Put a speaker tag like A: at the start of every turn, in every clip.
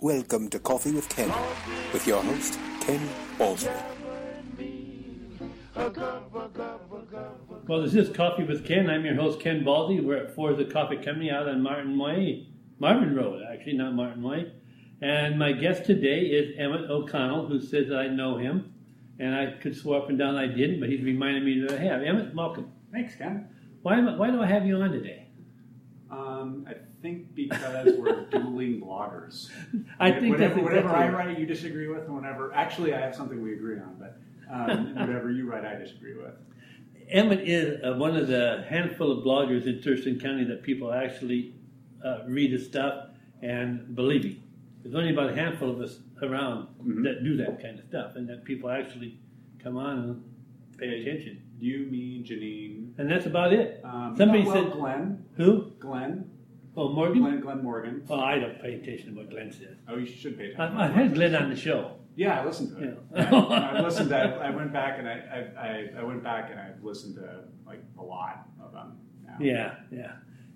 A: Welcome to Coffee with Ken, with your host, Ken Ballsworth.
B: Well, this is Coffee with Ken. I'm your host, Ken Baldy. We're at Forza Coffee Company out on Martin Way, Marvin Road, actually, not Martin Way. And my guest today is Emmett O'Connell, who says that I know him. And I could swear up and down I didn't, but he's reminded me that I have. Emmett, welcome.
C: Thanks, Ken.
B: Why, am I- why do I have you on today?
C: Um, I think because we're dueling bloggers.
B: I think
C: whatever,
B: that's
C: whatever I
B: exactly-
C: write you disagree with, and whenever actually I have something we agree on, but um, whatever you write I disagree with.
B: Emmett is uh, one of the handful of bloggers in Thurston County that people actually uh, read his stuff and believe him. There's only about a handful of us around
C: Mhm.
B: that do that kind of stuff, and that people actually come on and pay attention.
C: You, me, Janine.
B: And that's about it.
C: Um,
B: Somebody
C: well,
B: said-
C: Glenn.
B: Who?
C: Glenn.
B: Oh, Morgan?
C: Glenn. Glenn Morgan.
B: Oh, I don't pay attention to what Glenn says.
C: Oh, you should pay attention.
B: I, I had Glenn on the show.
C: Yeah, I listened to it.
B: Yeah.
C: I, I listened. To, I, I went back and I, I, I, I went back and I listened to like a lot of them. Now.
B: Yeah, yeah.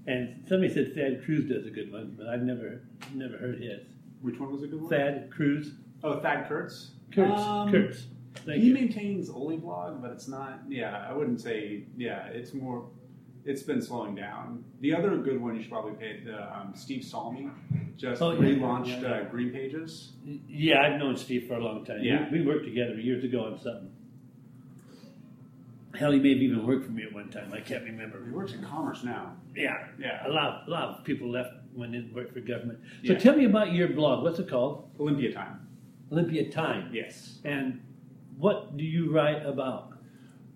B: And somebody said Thad Cruz does a good one, but I've never never heard his.
C: Which one was a good one?
B: Thad Cruz?
C: Oh, Thad Kurtz.
B: Kurtz.
C: Um,
B: Kurtz. Thank
C: he
B: you.
C: maintains Oli blog, but it's not. Yeah, I wouldn't say. Yeah, it's more. It's been slowing down. The other good one you should probably pay the um, Steve Salmi just
B: Oh, yeah,
C: relaunched
B: yeah, yeah.
C: Uh, Green Pages.
B: Yeah, I've known Steve for a long time.
C: Yeah.
B: We, we worked together years ago on something. Hell, he may have even worked for me at one time. I can't remember.
C: He works in commerce now.
B: Yeah.
C: Yeah,
B: A lot, a lot of people left when they worked for government. So
C: Yeah.
B: tell me about your blog. What's it called?
C: Olympia time.
B: Olympia Time.
C: Yes.
B: And what do you write about?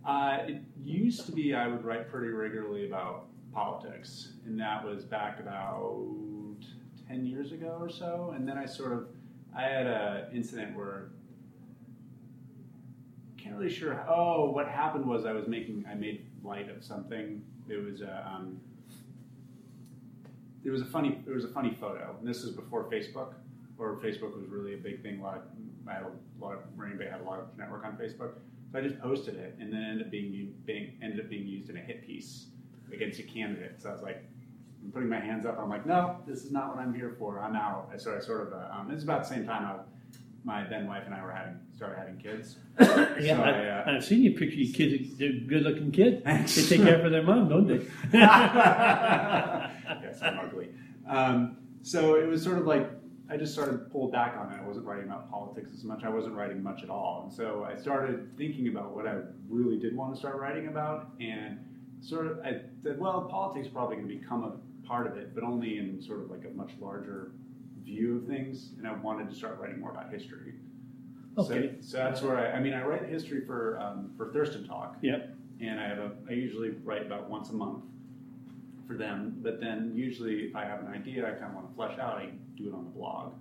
C: Uh, it used to be I would write pretty regularly about politics, and that was back about ten years ago or so. And then I sort of I had a incident where can't really sure. How, oh, what happened was I was making I made light of something. It was a um, there was a funny there was a funny photo. And this was before Facebook, or Facebook was really a big thing. A lot of I had a lot of Rain Bay had a lot of network on Facebook, so I just posted it, and then ended up being, u- being ended up being used in a hit piece against a candidate. So I was like. I'm putting my hands up. I'm like, no, this is not what I'm here for. I'm out. I sort of, sort of. Uh, um, it's about the same time I, my then wife and I were having started having kids.
B: yeah,
C: So I,
B: I've,
C: uh,
B: I've seen you picture your kids. They're good-looking kids.
C: Thanks.
B: They take care of their mom, don't they?
C: yes, I'm ugly. Um, so it was sort of like I just sort of pulled back on it. I wasn't writing about politics as much. I wasn't writing much at all. And so I started thinking about what I really did want to start writing about, and sort of I said, well, politics is probably going to become a part of it, but only in sort of like a much larger view of things. And I wanted to start writing more about history.
B: Okay.
C: So, so that's where I, I mean, I write history for um, for Thurston Talk
B: yep.
C: and I have a, I usually write about once a month for them. But then usually, if I have an idea I kind of want to flesh out, I do it on the blog.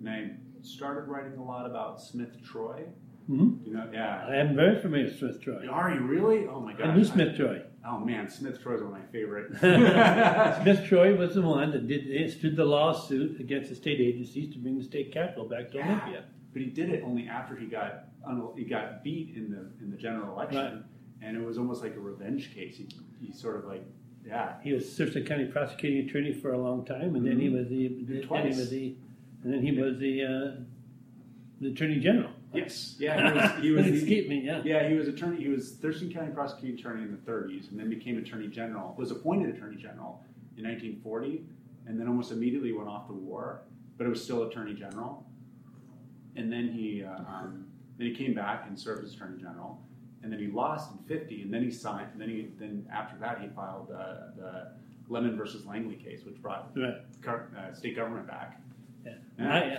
C: And I started writing a lot about Smith Troy.
B: hmm
C: You know, yeah.
B: I am very familiar with Smith Troy.
C: Are you really? Oh my gosh.
B: I knew Smith Troy.
C: I- oh man, Smith Troy is one of my favorite.
B: Smith Troy was the one that did stood the lawsuit against the state agencies to bring the state capital back to
C: Yeah.
B: Olympia.
C: but he did it only after he got un- he got beat in the in the general election,
B: Right.
C: and it was almost like a revenge case. He, he sort of like yeah.
B: He was Thurston County prosecuting attorney for a long time, and then he
C: Mhm.
B: was the then he
C: Twice.
B: was the and then he was the uh, the attorney general.
C: Yes. Yeah. He was, he was the,
B: escaped me. Yeah.
C: Yeah, he was attorney. He was Thurston County prosecuting attorney in the 30s, and then became attorney general. Was appointed attorney general in 1940, and then almost immediately went off to war. But it was still attorney general. And then he uh, um, then he came back and served as attorney general. And then he lost in 50, and then he signed. And then he then after that he filed uh, the Lemon versus Langley case, which brought
B: Right.
C: cur- uh, state government back.
B: Yeah.
C: Yeah.
B: I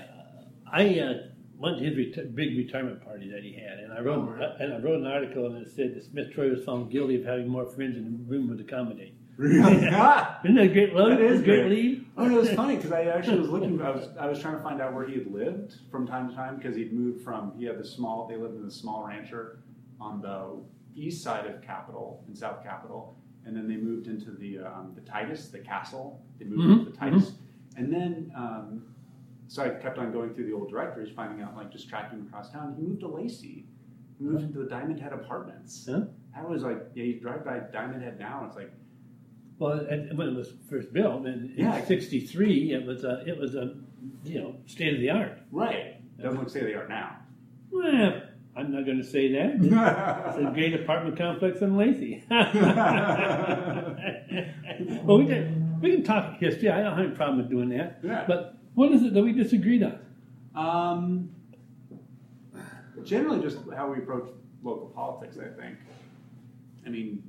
B: uh, I uh, went to his reti- big retirement party that he had, and I wrote
C: Oh, really?
B: and I wrote an article and it said that Smith Troy was found guilty of having more friends in the room would accommodate.
C: Really?
B: Isn't that a great load?
C: That is
B: Oh, great,
C: great.
B: lead.
C: Oh, no, it was funny because I actually was looking. I was I was trying to find out where he had lived from time to time because he'd moved from. He had the small. They lived in the small rancher on the east side of Capitol in South Capitol, and then they moved into the um, the Titus, the castle. They moved into the
B: Mhm,
C: Titus, and then. Um, so I kept on going through the old directories, finding out like just tracking him across town. He moved to Lacey. He moved into the Diamond Head Apartments.
B: Huh?
C: I was like, yeah, you drive by Diamond Head now, and it's like.
B: Well, and when it was first built in, in
C: Yeah.
B: '63, it was a it was a you know, state of the art.
C: Right. Doesn't look state of the art now.
B: Well, I'm not going to say that. It's a great apartment complex in Lacey. well, we can, we can talk history. I don't have any problem with doing that.
C: Yeah.
B: But what is it that we disagreed on?
C: Um, generally, just how we approach local politics, I think. I mean,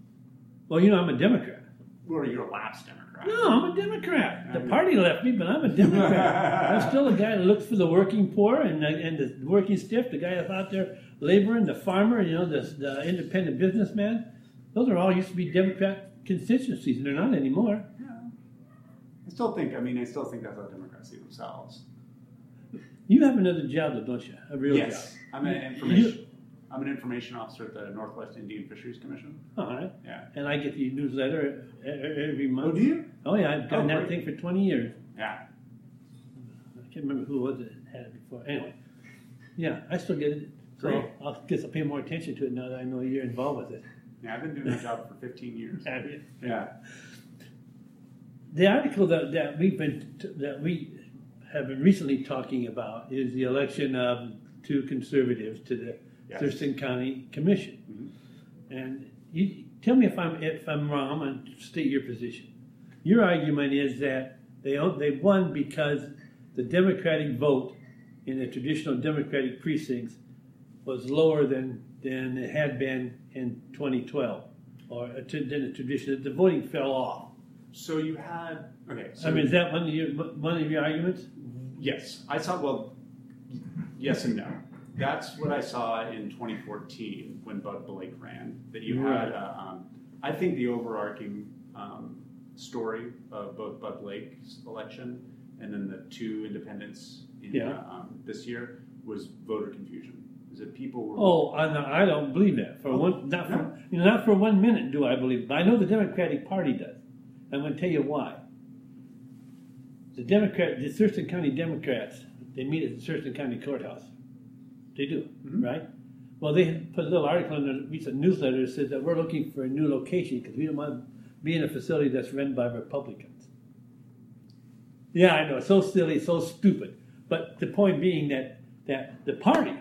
B: Well, you know, I'm a Democrat.
C: well, you're a lapsed Democrat.
B: No, I'm a Democrat. The
C: I'm-
B: party left me, but I'm a Democrat. I'm still the guy that looks for the working poor and and the working stiff, the guy that's out there laboring, the farmer, you know, the, the independent businessman. Those are all used to be Democrat constituencies, and they're not anymore.
C: Yeah. I still think, I mean, I still think that's how Democrats see themselves.
B: You have another job, though, don't you? A real
C: yes.
B: job.
C: I'm an information. I'm an information officer at the Northwest Indian Fisheries Commission.
B: All right.
C: Yeah.
B: And I get the newsletter e- e- every month.
C: you?
B: Oh, yeah, I've gotten
C: Oh,
B: that
C: great.
B: thing for 20 years.
C: Yeah.
B: I can't remember who was it that had it before. Anyway, yeah, I still get it. So
C: Great.
B: I'll, guess I'll pay more attention to it now that I know you're involved with it.
C: Yeah. I've been doing that job for 15 years.
B: Have you?
C: Yeah.
B: The article that, that we've been that we have been recently talking about is the election of two conservatives to the
C: Yes.
B: Thurston County Commission. And you tell me if I'm if I'm wrong and state your position. Your argument is that they o- they won because the Democratic vote in the traditional Democratic precincts was lower than than it had been in 2012, or uh, to- than the traditional. The voting fell off.
C: So you had okay. So
B: I mean, is that one of your one of your arguments?
C: Yes, I saw. Well, yes and no. That's what I saw in 2014 when Bud Blake ran. That you had.
B: Right.
C: Uh, um, I think the overarching um, story of both Bud Blake's election and then the two independents in,
B: Yeah.
C: uh, um, this year was voter confusion. Is that people were
B: Oh, I, no, I don't believe that for one not for you know, not for one minute do I believe. it. But I know the Democratic Party does. I'm going to tell you why. The Democrat, the Thurston County Democrats, they meet at the Thurston County Courthouse. They do, right? Well, they put a little article in their recent newsletter that says that we're looking for a new location because we don't want to be in a facility that's run by Republicans. Yeah, I know, so silly, so stupid. But the point being that that the party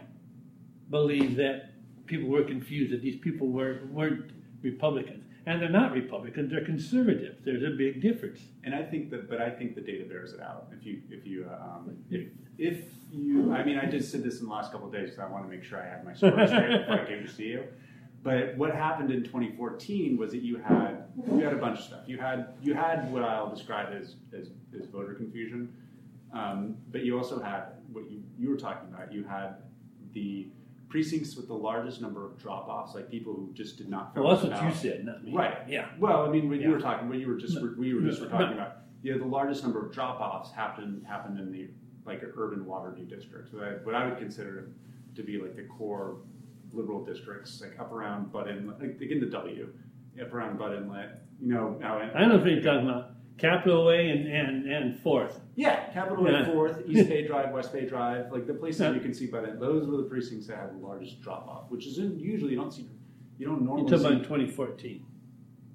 B: believed that people were confused, that these people were, weren't Republicans. And they're not Republicans, they're conservatives. There's a big difference.
C: And I think that, but I think the data bears it out. If you, if you, uh, um, if, if you, I mean, I just said this in the last couple of days because I want to make sure I had my story straight before I came to see you. But what happened in 2014 was that you had you had a bunch of stuff. You had you had what I'll describe as as, as voter confusion, um, but you also had what you, you were talking about. You had the precincts with the largest number of drop-offs, like people who just did not. fill
B: Well, that's
C: them
B: what
C: out.
B: you said, not me.
C: Oh, Right.
B: Yeah.
C: Well, I mean, when
B: Yeah.
C: you were talking, when you were just, we were just
B: No,
C: were talking
B: no.
C: about, you know, the largest number of drop-offs happened happened in the like urban Waterloo districts, what I, what I would consider to be like the core liberal districts, like up around Bud Inlet, like, like in the W, up around Bud Inlet, you know, now in-
B: I don't know if you're talking about Capitol Way and, and, and Fourth.
C: yeah, Capitol Way
B: Yeah.
C: Fourth, East Bay Drive, West Bay Drive, like the places
B: Yeah.
C: you can see Bud Inlet. Those were the precincts that had the largest drop-off, which is in, usually you don't see, you don't
B: You
C: normally
B: talk
C: see.
B: about in 2014.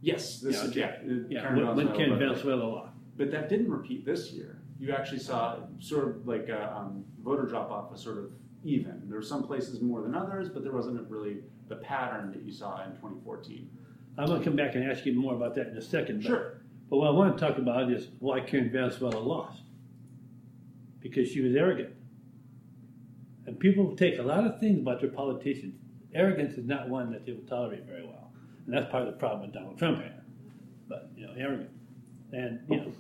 C: yes, this
B: Yeah,
C: is
B: okay.
C: yeah, it-
B: Yeah,
C: Karen
B: when, when
C: Venezuela,
B: can
C: but-
B: Venezuela law?
C: But that didn't repeat this year. You actually saw sort of like a um, voter drop off was sort of even. There were some places more than others, but there wasn't really the pattern that you saw in 2014.
B: I'm going to come back and ask you more about that in a second. But,
C: Sure.
B: But what I want to talk about is why Karen Venezuela lost. Because she was arrogant. And people take a lot of things about their politicians. Arrogance is not one that they will tolerate very well. And that's part of the problem with Donald Trump had. But, you know, arrogant. And, you know,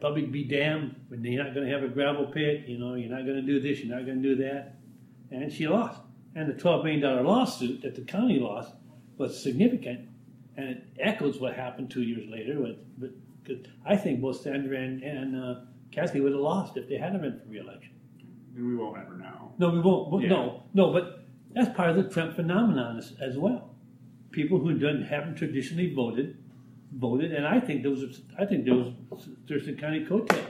B: public be damned when you're not going to have a gravel pit, you know, you're not going to do this, you're not going to do that. And she lost. And the $12 million lawsuit that the county lost was significant. And it echoes what happened two years later. With, with, 'cause I think both Sandra and, and uh, Kathy would have lost if they hadn't been for reelection.
C: And we won't ever know.
B: No, we won't. Well,
C: Yeah.
B: No, no, but that's part of the Trump phenomenon as, as well. People who don't, haven't traditionally voted voted, and I think those are- I think those Thurston County coattails.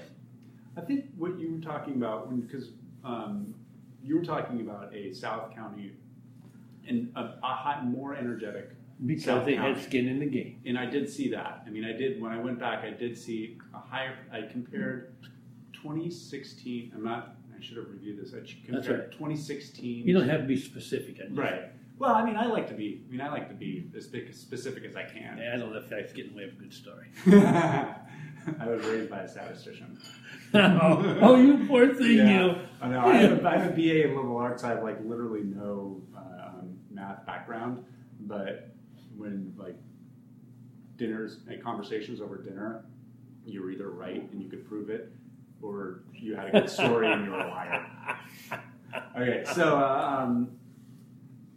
C: I think what you were talking about, because um, you were talking about a South County and a, a hot, more energetic
B: because
C: South
B: they
C: County.
B: had skin in the game.
C: and I did see that. I mean, I did when I went back. I did see a higher. I compared 2016. I'm not. I should have reviewed this. I ch-
B: That's
C: compared
B: right.
C: 2016.
B: You don't have to be specific. I know.
C: right. Well, I mean, I like to be. I mean, I like to be as big, as specific as I can.
B: Yeah, I don't know if that's getting away with a good story.
C: I was raised by a statistician.
B: oh, oh, you poor thing, you.
C: I know. I have, a, I have a BA in liberal arts. I have like literally no uh, um, math background, but when like dinners and conversations over dinner, you were either right and you could prove it, or you had a good story and you were a liar. Okay, so uh, um,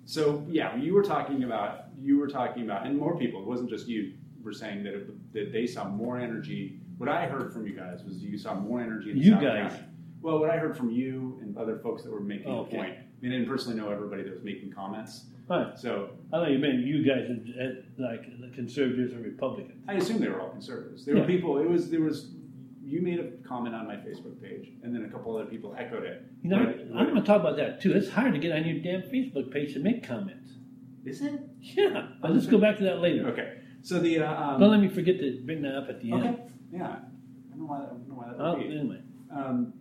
C: so yeah, you were talking about you were talking about, and more people. It wasn't just you. Were saying that it, that they saw more energy. What I heard from you guys was you saw more energy. In
B: You
C: South
B: guys.
C: County. Well, what I heard from you and other folks that were making
B: Oh,
C: the
B: okay.
C: point, I mean, I didn't personally know everybody that was making comments.
B: Huh.
C: So
B: I thought you meant you guys, uh, uh, like the conservatives or Republicans.
C: I assume they were all conservatives. There
B: Yeah.
C: were people. It was there was. You made a comment on my Facebook page, and then a couple other people echoed it.
B: You know,
C: Right,
B: I'm
C: right.
B: going to talk about that too. It's hard to get on your damn Facebook page to make comments.
C: Is it
B: Yeah, but let's go back to that later.
C: okay? So the uh, um,
B: Don't let me forget to bring that up at the
C: okay,
B: end.
C: yeah. I don't know why that, I don't know why that
B: Oh,
C: would be.
B: anyway.
C: Um,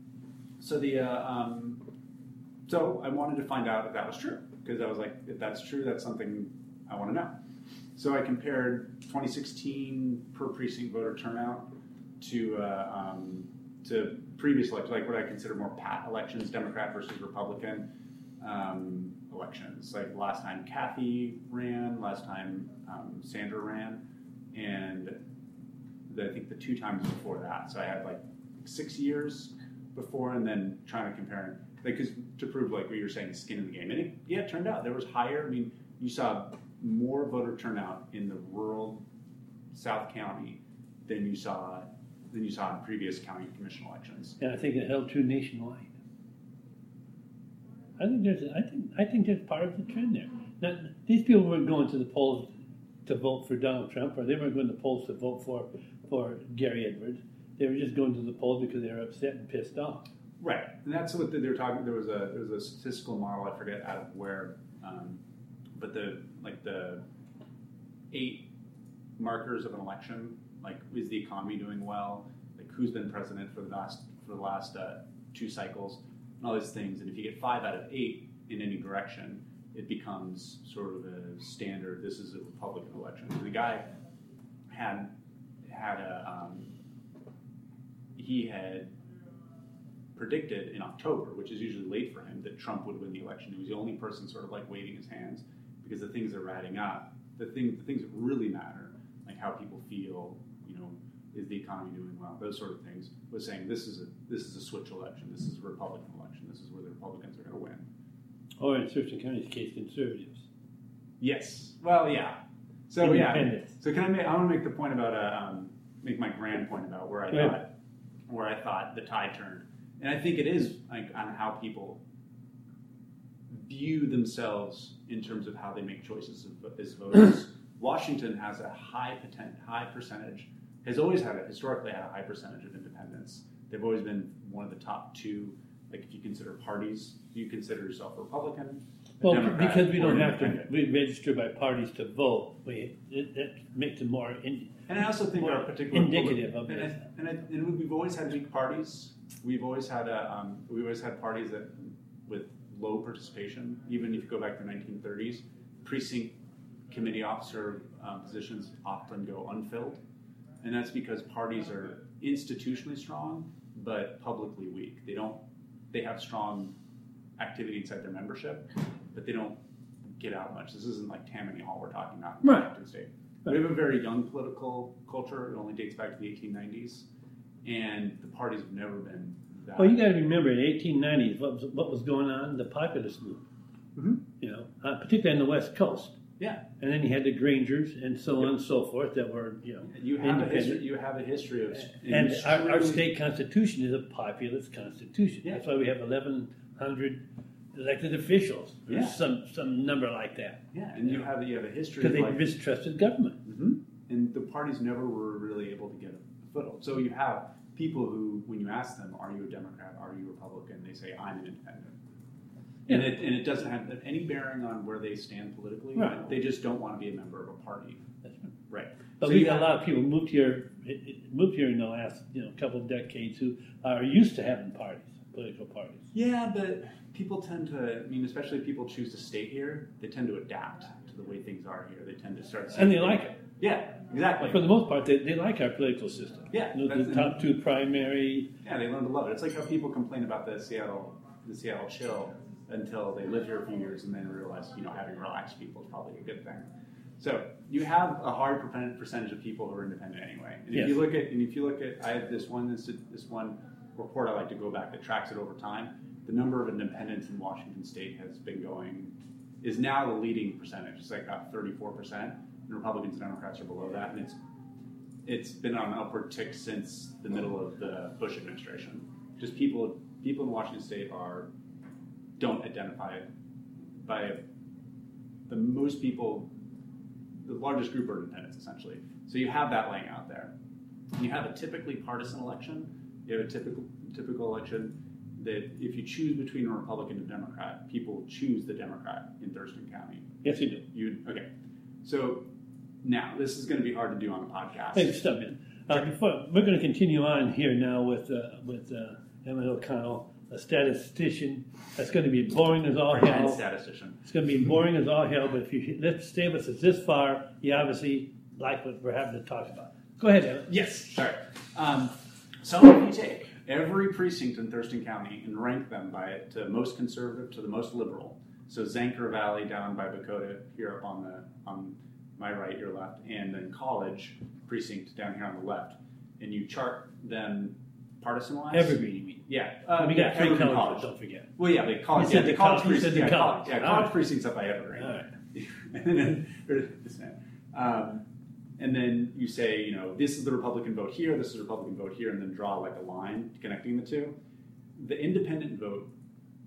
C: so the uh, um, so I wanted to find out if that was true because I was like, if that's true, that's something I want to know. So I compared 2016 per precinct voter turnout to uh, um, to previous elections, like what I consider more pat elections, Democrat versus Republican um, elections. Like last time Kathy ran, last time um, Sandra ran, and the, I think the two times before that. So I had like six years before, and then trying to compare because to prove like what you were saying, the skin in the game. And it, yeah, it turned out there was higher. I mean, you saw more voter turnout in the rural South County than you saw than you saw in previous county commission elections.
B: And I think it held true nationwide. I think there's, I think, I think there's part of the trend there. Now, these people weren't going to the polls to vote for Donald Trump, or they weren't going to the polls to vote for for Gary Edwards. They were just going to the polls because they were upset and pissed off.
C: Right, and that's what they were talking. There was a there was a statistical model I forget out of where, um, but the like the eight markers of an election, like is the economy doing well, like who's been president for the last for the last uh, two cycles, and all these things. And if you get five out of eight in any direction, it becomes sort of a standard. This is a Republican election. The guy had had a um, he had predicted in October, which is usually late for him, that Trump would win the election. He was the only person sort of like waving his hands because the things that are adding up, the thing, the things that really matter, like how people feel, you know, is the economy doing well, those sort of things, was saying this is a this is a switch election, this is a Republican election, this is where the Republicans are going to win.
B: Or in Thurston County's case, conservatives.
C: Yes. Well, yeah. So yeah.
B: Independent.
C: So can I make? I want to make the point about uh, um, make my grand point about where I
B: Go ahead.
C: thought where I thought the tide turned, and I think it is like on how people view themselves in terms of how they make choices as- as voters. Washington has a high potent, high percentage has always had a, historically had a high percentage of independents. They've always been one of the top two. Like if you consider parties, do you consider yourself a Republican? a
B: Well,
C: Democrat,
B: because we
C: or
B: don't have to
C: independent?
B: we register by parties to vote, we, it, that makes it more. In,
C: And I also think
B: Well,
C: our particular
B: indicative of
C: and,
B: this.
C: I- and, I, and we've always had weak parties. We've always had a, um, we always had parties that with low participation. Even if you go back to the 1930s, precinct committee officer um, positions often go unfilled, and that's because parties are institutionally strong but publicly weak. They don't they have strong activity inside their membership, but they don't get out much. This isn't like Tammany Hall we're talking about in
B: Right.
C: Washington State. We have a very young political culture. It only dates back to the 1890s, and the parties have never been that.
B: Well, you got to remember in 1890s what was, what was going on the populist movement.
C: Mhm.
B: You know, uh, particularly on the West Coast,
C: yeah,
B: and then you had the Grangers and so on and so forth that were you know
C: you have a
B: independent.
C: history. You have a history of
B: And our, our
C: extremely-
B: state constitution is a populist constitution.
C: Yeah.
B: That's why we have 1,100 elected officials, or
C: Yeah.
B: some some number like that,
C: Yeah, and you have you have a history
B: because
C: of
B: they
C: like
B: mistrusted government.
C: hmm And the parties never were really able to get a foothold. So you have people who, when you ask them, "Are you a Democrat? Are you a Republican?" They say, "I'm an independent," and it and it doesn't have any bearing on where they stand politically.
B: Right.
C: They just don't want to be a member of a party.
B: That's
C: Right.
B: But
C: So
B: we
C: you
B: had
C: have-
B: a lot of people moved here moved here in the last you know couple of decades who are used to having parties, political parties.
C: Yeah, but people tend to, I mean, especially if people choose to stay here, they tend to adapt to the way things are here. They tend to start.
B: And they like it.
C: Yeah, exactly.
B: For the most part, they, they like our political system.
C: Yeah,
B: You know, the
C: that's-
B: top two primary.
C: Yeah, they learn to love it. It's like how people complain about the Seattle, the Seattle chill until they live here a few years and then realize, you know, having relaxed people is probably a good thing. So you have a hard perpen- percentage of people who are independent anyway. And if
B: Yes.
C: you look at, and if you look at, I have this one, this, this one report I like to go back that tracks it over time. The number of independents in Washington State has been going, is now the leading percentage. It's like about thirty-four percent. And Republicans and Democrats are below that, and it's it's been on an upward tick since the middle of the Bush administration. Just people people in Washington State are don't identify by the most people the largest group are independents essentially. So you have that laying out there. You have a typically partisan election. You have a typical typical election that if you choose between a Republican and Democrat, people choose the Democrat in Thurston County.
B: Yes, you do.
C: You okay? So now this is going to be hard to do on a podcast.
B: Hey, stop it. Uh, before, we're going to continue on here now with uh, with uh, Emmett O'Connell, a statistician. That's going to be boring as all
C: pretend
B: hell.
C: statistician.
B: It's going to be boring as all hell. But if you let's stay with us this far, you obviously like what we're having to talk about. Go ahead, Emmett.
C: Yes, sorry. Um, so if you take every precinct in Thurston County and rank them by to most conservative to the most liberal. So Zanker Valley down by Bakota, here up on the on my right, your left, and then College precinct down here on the left, and you chart them partisan wise.
B: Evergreen, you mean?
C: yeah, uh,
B: we
C: yeah,
B: got three
C: Evergreen
B: colors.
C: College.
B: Don't forget.
C: Well, yeah, the college,
B: You
C: yeah,
B: said
C: the
B: the
C: college,
B: college, you said
C: precinct,
B: the
C: yeah, college,
B: college.
C: yeah,
B: All
C: college
B: right.
C: precincts up by Evergreen.
B: All right.
C: and then, there's- um, and then you say, you know, this is the Republican vote here, this is the Republican vote here, and then draw like a line connecting the two. The independent vote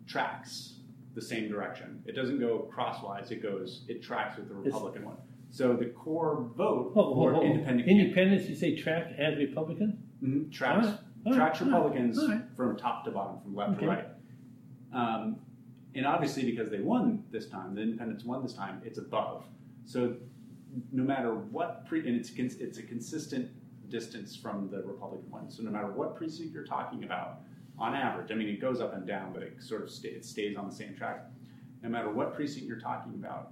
C: tracks the same direction. It doesn't go crosswise. It goes. It tracks with the Republican one. So the core vote
B: Oh,
C: for
B: oh, oh.
C: independent
B: Independents, you say track as Republican?
C: Mhm. tracks
B: All right. All
C: tracks
B: right.
C: Republicans
B: All right.
C: from top to bottom, from left
B: Okay.
C: to right. Um, and obviously, because they won this time, the independents won this time. It's above. So no matter what pre, and it's cons- it's a consistent distance from the Republican one. So no matter what precinct you're talking about, on average, I mean, it goes up and down, but it sort of sta it stays on the same track. No matter what precinct you're talking about,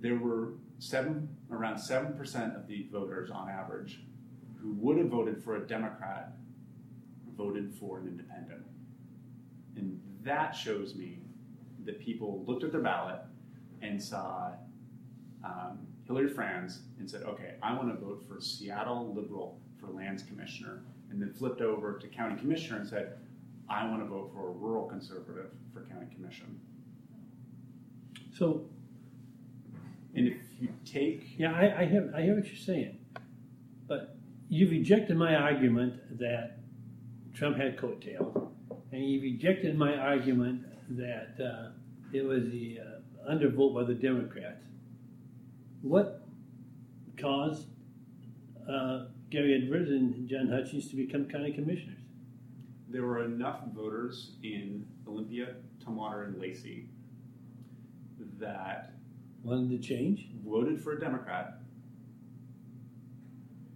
C: there were seven around seven percent of the voters on average who would have voted for a Democrat voted for an independent. And that shows me that people looked at their ballot and saw um, Hillary Franz and said, okay, I want to vote for Seattle Liberal for lands commissioner, and then flipped over to county commissioner and said, I want to vote for a rural conservative for county commission.
B: So
C: And if you take
B: Yeah, I, I hear I hear what you're saying, but you've rejected my argument that Trump had coattails, and you rejected my argument that uh, it was the uh, undervote by the Democrats. What caused uh, Gary Edwards and John Hutchins to become county commissioners?
C: there were enough voters in Olympia, Tumwater, and Lacey that
B: Wanted to change?
C: voted for a Democrat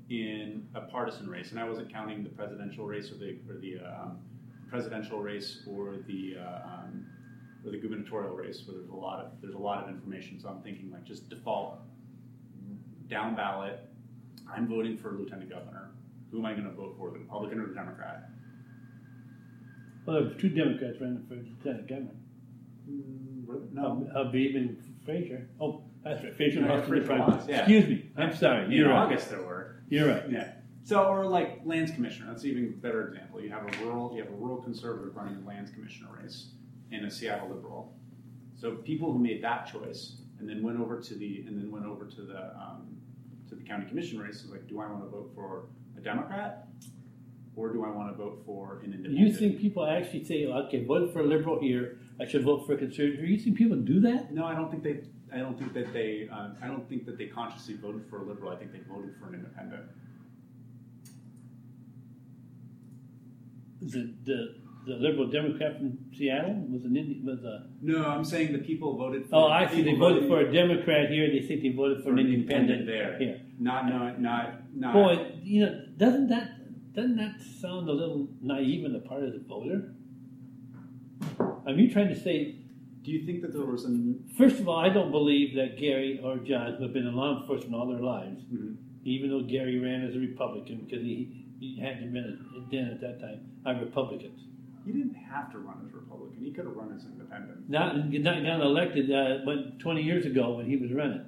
C: in a partisan race, and I wasn't counting the presidential race or the or the um, presidential race or the uh, um, or the gubernatorial race, where there's a lot of there's a lot of information. So I'm thinking like just default down ballot. I'm voting for lieutenant governor. Who am I going to vote for, the Republican or the Democrat?
B: Well, there were two Democrats running for lieutenant governor,
C: No,
B: Habib and Frazier. Oh, that's right, Frazier
C: Yeah,
B: lost to the
C: Frazier
B: prime.
C: lost, yeah.
B: Excuse me, I'm sorry.
C: in
B: You're right.
C: August there were.
B: You're right.
C: Yeah. So, or like lands commissioner. That's an even better example. You have a rural, you have a rural conservative running a lands commissioner race, and a Seattle liberal. So people who made that choice and then went over to the and then went over to the um, to the county commission race was like, do I want to vote for a Democrat, or do I want to vote for an independent?
B: You think people actually say, okay, vote for a liberal here, I should vote for a conservative? You think people do that?
C: No, I don't think they. I don't think that they. Uh, I don't think that they consciously voted for a liberal. I think they voted for an independent.
B: The the, the liberal Democrat from Seattle was an Indian, was a.
C: No, I'm saying the people voted. for
B: Oh, I see. They
C: people
B: voted for a Democrat here. They think they voted for an independent Ah.
C: there.
B: here.
C: Not knowing, not no,
B: Boy, you know, doesn't that doesn't that sound a little naive on the part of the voter? Are you trying to say?
C: do you think that there was an?
B: First of all, I don't believe that Gary or John, who have been in law enforcement all their lives,
C: Mhm.
B: even though Gary ran as a Republican because he, he hadn't been then at that time, are Republicans.
C: He didn't have to run as Republican. He could have run as independent,
B: Not not got elected uh, when, twenty years ago when he was running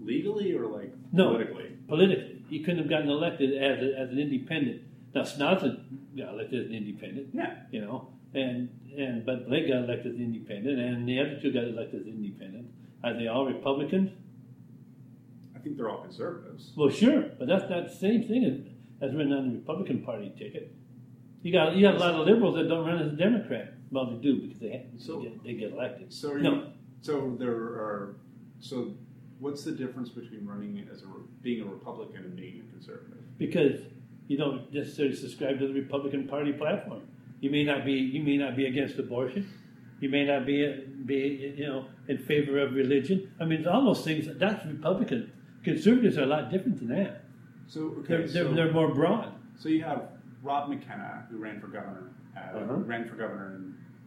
C: legally or like
B: No.
C: politically.
B: politically. He couldn't have gotten elected as, a, as an independent. Now Snodson got elected as an independent.
C: Yeah.
B: you know, and and but Blake got elected as independent, and the other two got elected as independent. Are they all Republicans?
C: I think they're all conservatives.
B: Well, sure, but that's not the same thing as, as running on the Republican Party ticket. You got you got a lot of liberals that don't run as a Democrat. Well, they do because they have,
C: So-
B: they, get, they get elected.
C: So are you,
B: no,
C: So there are. So what's the difference between running as a re- being a Republican and being a conservative?
B: because you don't necessarily subscribe to the Republican Party platform. You may not be you may not be against abortion. You may not be be you know in favor of religion. I mean, it's all those things. That's Republican. Conservatives are a lot different than that.
C: So okay,
B: They're,
C: so,
B: they're, they're more broad.
C: so you have Rob McKenna who ran for governor, uh,
B: Uh-huh.
C: ran for governor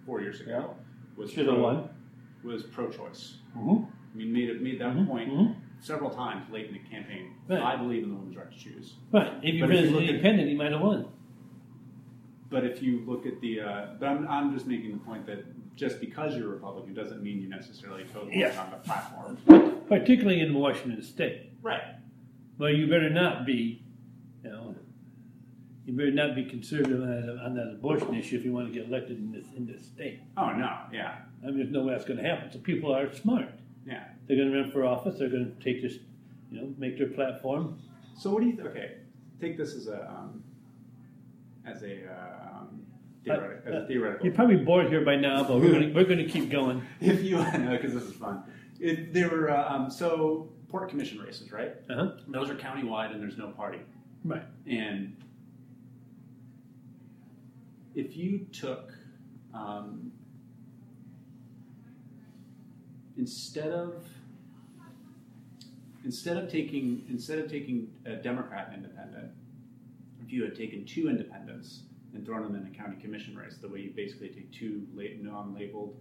C: four years ago. Was
B: Should have
C: pro-
B: won.
C: Was pro-choice.
B: Mhm.
C: I mean, made it, made that
B: Mhm,
C: point
B: mhm.
C: several times late in the campaign.
B: Right.
C: I believe in the woman's right to choose.
B: Right. If you
C: But
B: ran
C: if
B: as
C: you
B: an
C: look at-
B: independent, he might have won.
C: But if you look at the, uh, but I'm, I'm just making the point that just because you're Republican doesn't mean you necessarily totally
B: Yes.
C: on the platform.
B: Particularly in Washington State.
C: Right.
B: Well, you better not be, you know, you better not be conservative on that, on that abortion issue if you want to get elected in this in this state.
C: Oh no. Yeah.
B: I mean, there's no way that's going to happen. So people are smart.
C: Yeah.
B: They're going to run for office. They're going to take this, you know, make their platform.
C: So what do you? Th- okay. Take this as a um, as a uh, um, theoretic, as a theoretical.
B: You're probably bored here by now, but we're going to, we're going to keep going.
C: if you because this is fun. If there were uh, um, so port commission races, right?
B: Uh-huh.
C: Those are countywide, and there's no party.
B: Right.
C: And if you took, um, instead of instead of taking instead of taking a Democrat and independent, if you had taken two independents and thrown them in a county commission race, the way you basically take two la- non-labeled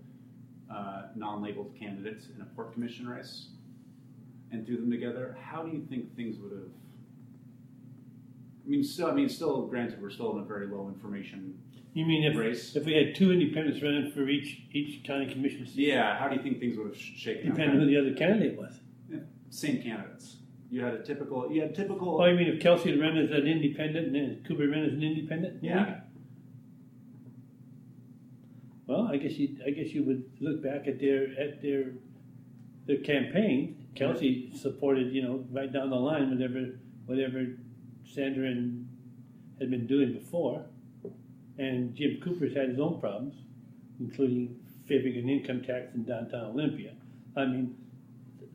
C: uh, non-labeled candidates in a port commission race and threw them together, how do you think things would have? I mean, still, I mean, still, granted, we're still in a very low information
B: You mean if
C: race.
B: if we had two independents running for each each county commission seat,
C: Yeah, how do you think things would have sh- shaken
B: depending on who
C: out?
B: the other candidate was?
C: Same candidates. You had a typical, you had typical,
B: Oh, you mean if Kelsey had run as an independent and then Cooper ran as an independent? you mean?
C: yeah,
B: Well, I guess you I guess you would look back at their at their their campaign. Kelsey supported you know right down the line whatever whatever Sandra and had been doing before, and Jim Cooper's had his own problems, including favoring an income tax in downtown Olympia. I mean,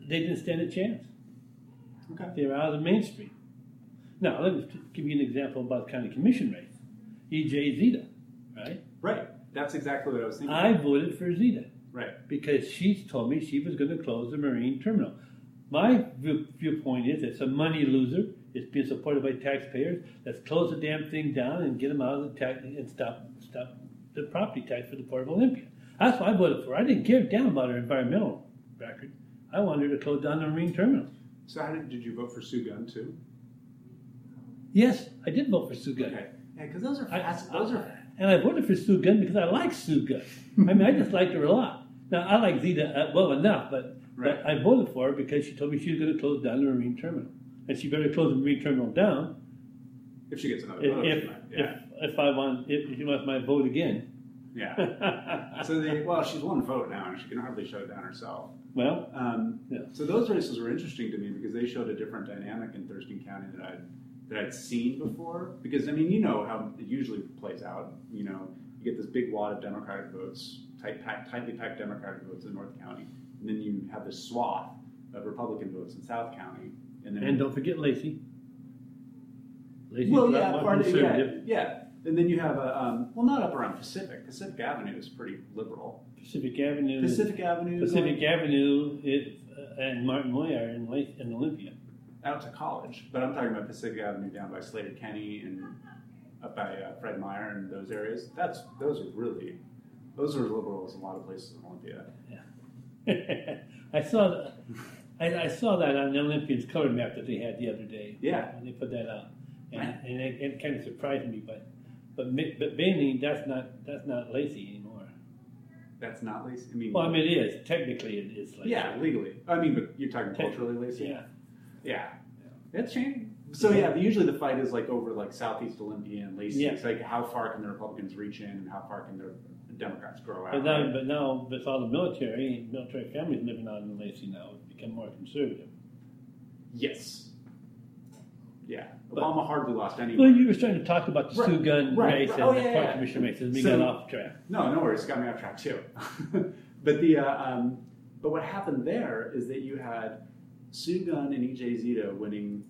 B: they didn't stand a chance.
C: Okay.
B: They were out of the mainstream. Now let me give you an example about the county commission race. E.J. Zeta, right?
C: right. That's exactly what I was thinking.
B: I voted for Zeta
C: right.
B: because she told me she was going to close the marine terminal. My view, viewpoint is it's a money loser. It's being supported by taxpayers. Let's close the damn thing down and get them out of the tax and stop stop the property tax for the Port of Olympia. That's what I voted for. I didn't give a damn about her environmental record. I wanted her to close down the marine terminal.
C: So how did, did you vote for Sue Gunn too?
B: Yes, I did vote for Sue Gunn.
C: Okay. Yeah, because those are
B: I-
C: fast. those are.
B: And I voted for Sue Gunn because I like Sue Gunn. I mean, I just liked her a lot. Now, I like Zeta uh, well enough, but,
C: Right.
B: but I voted for her because she told me she was going to close down the marine terminal. And she better close the marine terminal down
C: If she gets another
B: if,
C: vote,
B: if,
C: she might. Oh, yeah,
B: if, if I want if if she wants my vote again.
C: yeah. so they, well, she's one vote now, and she can hardly shut it down herself.
B: well,
C: Um,
B: Yeah.
C: So those races were interesting to me because they showed a different dynamic in Thurston County that I'd that I'd seen before. Because I mean, you know how it usually plays out. You know, you get this big wad of Democratic votes, tight, pack, tightly packed Democratic votes in North County, and then you have this swath of Republican votes in South County, and then
B: and don't forget Lacey. Lacey's a
C: well,
B: lot
C: yeah,
B: more
C: part of, yeah,
B: conservative.
C: yeah. And then you have a um, well, not up around Pacific. Pacific Avenue is pretty liberal.
B: Pacific Avenue.
C: Pacific Avenue, is
B: Pacific Avenue is, uh, and Martin Way are in, Lac- in Olympia.
C: like- out to college. But I'm talking about Pacific Avenue down by Slater Kenny and up by uh, Fred Meyer and those areas. That's those are really those are liberals in a lot of places in Olympia.
B: I saw the, I, I saw that on the Olympians color map that they had the other day.
C: Yeah.
B: when they put that out, and,
C: Right.
B: and it, it kind of surprised me. But but ma- but mainly that's not that's not lazy anymore.
C: That's not lazy. I mean,
B: Well, I mean it is technically it is lazy.
C: yeah, legally. I mean, but you're talking
B: Tech-
C: culturally lazy.
B: yeah.
C: Yeah. That's changing. So yeah, but usually the fight is like over like Southeast Olympia and Lacey.
B: Yeah.
C: It's like how far can the Republicans reach in and how far can the Democrats grow out.
B: But now, but now, with all the military, military families living out in Lacey now, it's become more conservative.
C: yes. Yeah.
B: But-
C: Obama hardly lost any.
B: Well, you were starting to talk about the
C: Right,
B: Sue Gun
C: right,
B: race
C: right.
B: and
C: Oh,
B: the
C: yeah,
B: park
C: yeah.
B: commission race, and we
C: So-
B: got off track.
C: No, no worries. Got me off track too. but the uh, um, but what happened there is that you had Sue Gunn and E.J. Zito winning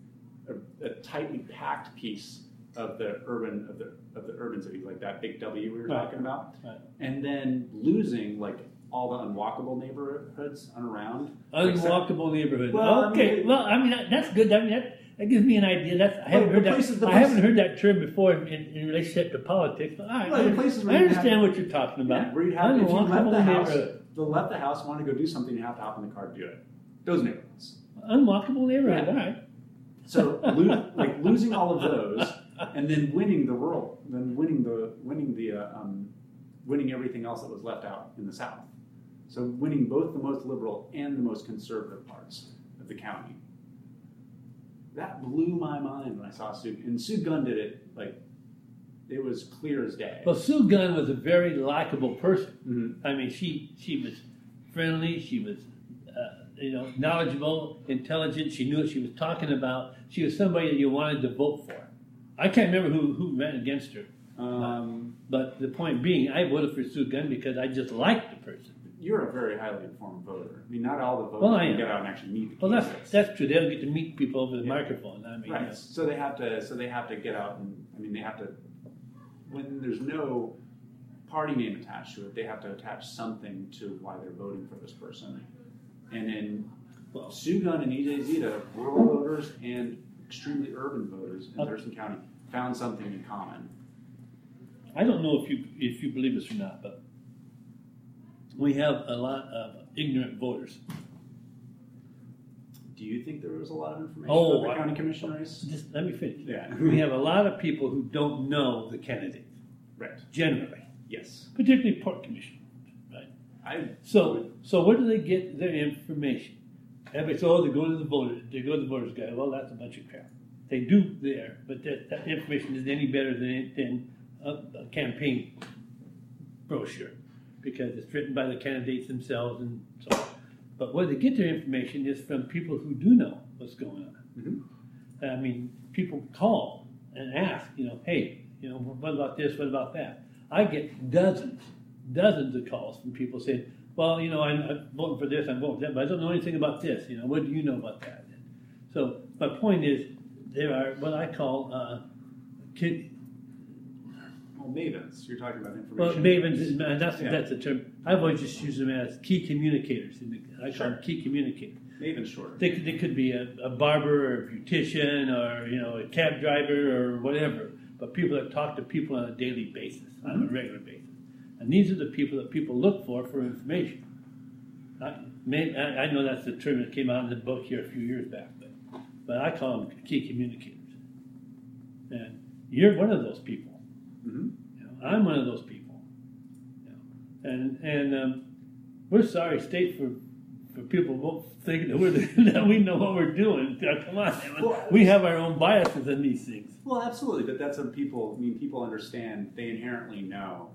C: a, a tightly packed piece of the urban of the of the urban cities, like that big W we were
B: Right.
C: talking about,
B: Right.
C: and then losing like all the unwalkable neighborhoods around. Like,
B: Unwalkable neighborhood.
C: Well, I
B: okay,
C: mean-
B: well, I mean that, that's good. I mean that, that gives me an idea. That's I haven't
C: the
B: heard that.
C: places- the
B: I
C: places-
B: haven't heard that term before in, in, in relationship to politics. But all right,
C: Well, the places where
B: I
C: you
B: understand
C: have-
B: what you're talking about.
C: yeah, where you'd have, if you left
B: Unwalkable
C: the house,
B: neighborhood.
C: the left the house, wanted to go do something, you have to hop in the car to do it. Those neighborhoods.
B: Unwalkable neighborhood.
C: Yeah.
B: All right.
C: So lo- like losing all of those, and then winning the rural, then winning the winning the uh, um, winning everything else that was left out in the South. So winning both the most liberal and the most conservative parts of the county. That blew my mind when I saw Sue, and Sue Gunn did it like it was clear as day.
B: Well, Sue Gunn was a very likable person.
C: Mhm.
B: I mean, she she was friendly. She was, uh, you know, knowledgeable, intelligent. She knew what she was talking about. She was somebody that you wanted to vote for. I can't remember who who ran against her,
C: Um,
B: but the point being, I voted for Sue Gunn because I just liked the person.
C: you're a very highly informed voter. I mean, not all the voters
B: Well, I
C: can
B: am.
C: get out and actually meet. the
B: Well, that's
C: candidates.
B: that's true. They don't get to meet people over the
C: Yeah.
B: microphone. I mean, you know.
C: Right. So they have to. So they have to get out and. I mean, they have to. When there's no party name attached to it, they have to attach something to why they're voting for this person. And then
B: Well-
C: Sue Gunn and EJ Zeta, rural voters and extremely urban voters in
B: Okay.
C: Thurston County, found something in common.
B: I don't know if you if you believe this or not, but we have a lot of ignorant voters.
C: Do you think there was a lot of information
B: Oh,
C: about the
B: I-
C: county commissioners?
B: Just let me finish.
C: Yeah.
B: we have a lot of people who don't know the candidates
C: Right.
B: generally,
C: Yes.
B: particularly port commission.
C: I.
B: So, so where do they get their information? Everybody says, oh, they go to the voters. They go to the voters guy. Well, that's a bunch of crap. They do there, but that, that information isn't any better than than a, a campaign brochure because it's written by the candidates themselves and so. on. But where they get their information is from people who do know what's going on.
C: Mhm.
B: I mean, people call and ask, you know, hey, you know, what about this? What about that? I get dozens, dozens of calls from people saying, well, you know, I'm, I'm voting for this, I'm voting for that, but I don't know anything about this. You know, what do you know about that? So my point is, there are what I call uh, kid,
C: Well, mavens. You're talking about information.
B: well, mavens, is- and that's,
C: Yeah.
B: that's the term. I've always just used them as key communicators. in the- I call
C: Sure.
B: them key communicators.
C: Maven short.
B: They, could- they could be a, a barber or a beautician or you know a cab driver or whatever, but people that talk to people on a daily basis, on a regular basis, and these are the people that people look for for information. I, may, I, I know that's the term that came out in the book here a few years back, but but I call them key communicators, and you're one of those people.
C: hmm
B: You know, I'm one of those people. You know, and and um, we're sorry state for for people who think that, we're that we know what we're doing. Now, Come on, man.
C: Well,
B: we have our own biases in these things.
C: Well, absolutely, but that's what people. I mean, people understand. They inherently know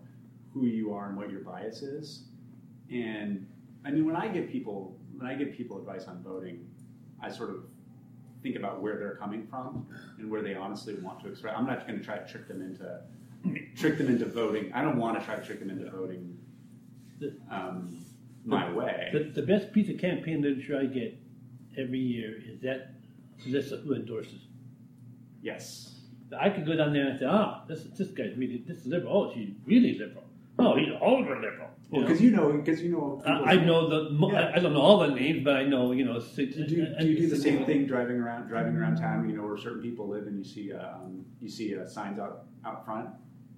C: who you are and what your bias is. And I mean, when I give people when I give people advice on voting, I sort of think about where they're coming from and where they honestly want to express. I'm not going to try to trick them into trick them into voting. I don't want to try to trick them into voting um, my way.
B: The, the best piece of campaign literature I get every year is that list of who endorses.
C: Yes.
B: I could go down there and say, ah, this this guy's really this is liberal. Oh, she's really liberal. Oh, he's ultra liberal.
C: Well, because you know, because you know,
B: I, I know the. mo- I- I don't know all the names, but I know you know. Six,
C: Do you, do, you do the same thing driving around driving around town? You know where certain people live, and you see uh, um, you see uh, signs out out front,